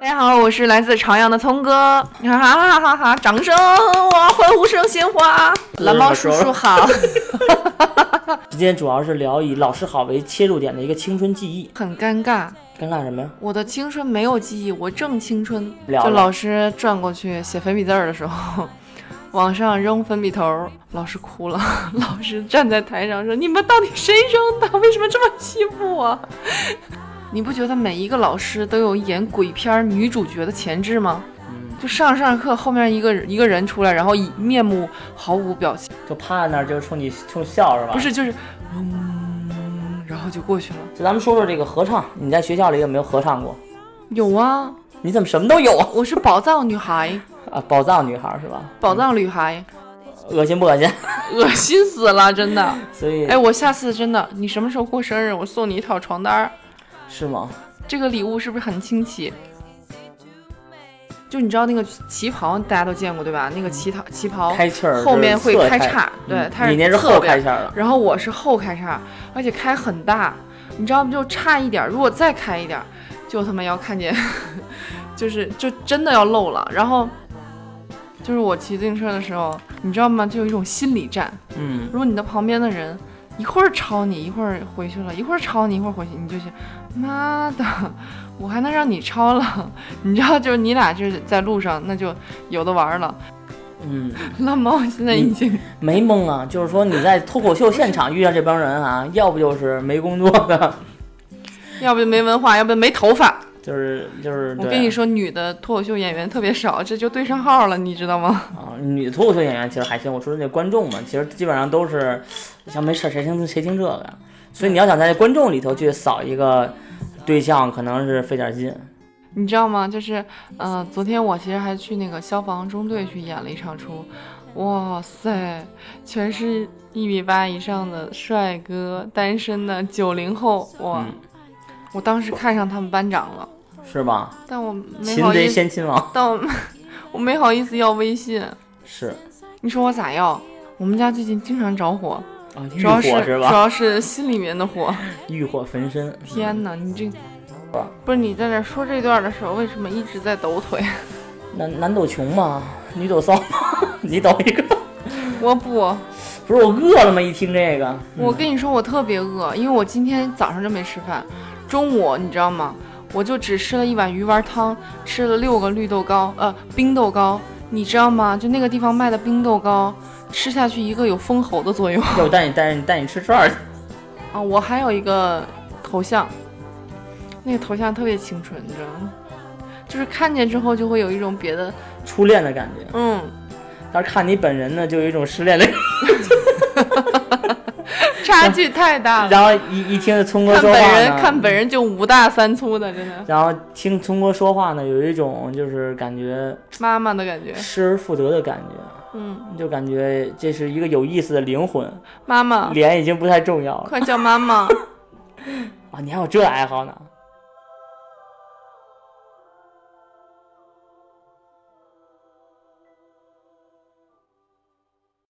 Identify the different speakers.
Speaker 1: 大家好，我是来自朝阳的聪哥，哈哈哈哈哈！掌声，哇，欢呼声，鲜花，蓝猫叔叔好，
Speaker 2: 今天主要是聊以老师好为切入点的一个青春记忆，
Speaker 1: 很尴尬，
Speaker 2: 尴尬什么呀？
Speaker 1: 我的青春没有记忆，我正青春。
Speaker 2: 聊
Speaker 1: 就
Speaker 2: 了
Speaker 1: 老师转过去写粉笔字儿的时候，往上扔粉笔头，老师哭了。 老师站在台上说：“你们到底谁扔的？为什么这么欺负我？” 你不觉得每一个老师都有演鬼片儿女主角的潜质吗？
Speaker 2: 嗯，
Speaker 1: 就上上课后面一个一个人出来，然后以面目毫无表情，
Speaker 2: 就趴在那儿就冲你冲你笑是吧？
Speaker 1: 不，是就是，嗯，然后就过去了。
Speaker 2: 就咱们说说这个合唱，你在学校里有没有合唱过？
Speaker 1: 有啊，
Speaker 2: 你怎么什么都有啊？
Speaker 1: 我是宝藏女孩，
Speaker 2: 啊，宝藏女孩是吧？
Speaker 1: 宝藏女孩，
Speaker 2: 恶心不恶心？
Speaker 1: 恶心死了，真的。
Speaker 2: 所以
Speaker 1: 哎，我下次真的，你什么时候过生日，我送你一套床单儿。
Speaker 2: 是吗？
Speaker 1: 这个礼物是不是很清奇？就你知道那个旗袍，大家都见过对吧？那个旗袍，旗袍
Speaker 2: 开气儿
Speaker 1: 后面会
Speaker 2: 就是侧
Speaker 1: 开叉，对
Speaker 2: 嗯，
Speaker 1: 它是
Speaker 2: 你那是
Speaker 1: 侧
Speaker 2: 后
Speaker 1: 边
Speaker 2: 开，气儿了，
Speaker 1: 然后我是后开叉，而且开很大，你知道吗？就差一点儿，如果再开一点儿，就他妈要看见， 就是就真的要漏了。然后就是我骑自行车的时候，你知道吗？就有一种心理战，
Speaker 2: 嗯，
Speaker 1: 如果你的旁边的人一会儿超你，一会儿回去了，一会儿超你，一会儿回去，你就想，妈的，我还能让你超了？你知道，就是你俩就是在路上，那就有的玩了。
Speaker 2: 嗯，
Speaker 1: 那猫现在已经，
Speaker 2: 没蒙啊，就是说你在脱口秀现场遇到这帮人啊，要不就是没工作的，
Speaker 1: 要不就没文化，要不就没头发。
Speaker 2: 就是就是，
Speaker 1: 我
Speaker 2: 对
Speaker 1: 跟你说，女的脱口秀演员特别少，这就对上号了，你知道吗？
Speaker 2: 啊，女脱口秀演员其实还行，我说那观众嘛，其实基本上都是像没事儿谁听谁听这个呀，所以你要想在观众里头去扫一个对象，可能是费点劲。
Speaker 1: 你知道吗？就是，呃，昨天我其实还去那个消防中队去演了一场出，哇塞，全是一米八以上的帅哥，单身的九零后，哇，
Speaker 2: 嗯，
Speaker 1: 我当时看上他们班长了，
Speaker 2: 是吧？
Speaker 1: 但我没
Speaker 2: 擒
Speaker 1: 好
Speaker 2: 贼
Speaker 1: 意思，
Speaker 2: 先擒王。
Speaker 1: 但我 我没好意思要微信，
Speaker 2: 是
Speaker 1: 你说我咋要？我们家最近经常着火，
Speaker 2: 啊，
Speaker 1: 主
Speaker 2: 欲
Speaker 1: 要
Speaker 2: 火
Speaker 1: 是
Speaker 2: 是
Speaker 1: 主
Speaker 2: 吧？
Speaker 1: 要是心里面的火。
Speaker 2: 欲火焚身。
Speaker 1: 天哪，你这不是你在这说这段的时候，为什么一直在抖腿？
Speaker 2: 嗯男男抖穷嘛，女抖骚嘛， 你抖一个。
Speaker 1: 我不，
Speaker 2: 不是我饿了吗？一听这个，嗯
Speaker 1: 我跟你说，我特别饿，因为我今天早上就没吃饭，中午你知道吗？我就只吃了一碗鱼丸汤，吃了六个绿豆糕，呃，冰豆糕，你知道吗？就那个地方卖的冰豆糕，吃下去一个有封喉的作用
Speaker 2: 要不带你带你带你吃串儿去？
Speaker 1: 啊！我还有一个头像，那个头像特别清纯，你知道吗？就是看见之后就会有一种别的，
Speaker 2: 初恋的感觉，
Speaker 1: 嗯，
Speaker 2: 但是看你本人呢，就有一种失恋的感
Speaker 1: 差距太大
Speaker 2: 觉。
Speaker 1: 了。
Speaker 2: 然后一一听聪哥
Speaker 1: 看
Speaker 2: 说
Speaker 1: 本
Speaker 2: 话
Speaker 1: 人
Speaker 2: 呢，
Speaker 1: 看本人就五大三粗的，真的
Speaker 2: 然后听聪哥说话呢，有一种就是感觉
Speaker 1: 妈妈的感觉。
Speaker 2: 失而复得的感觉，
Speaker 1: 嗯，
Speaker 2: 就感觉这是一个有意思的灵魂，
Speaker 1: 妈妈，
Speaker 2: 嗯脸已经不太重要了
Speaker 1: 快叫妈妈。
Speaker 2: 啊！你还有这爱好呢？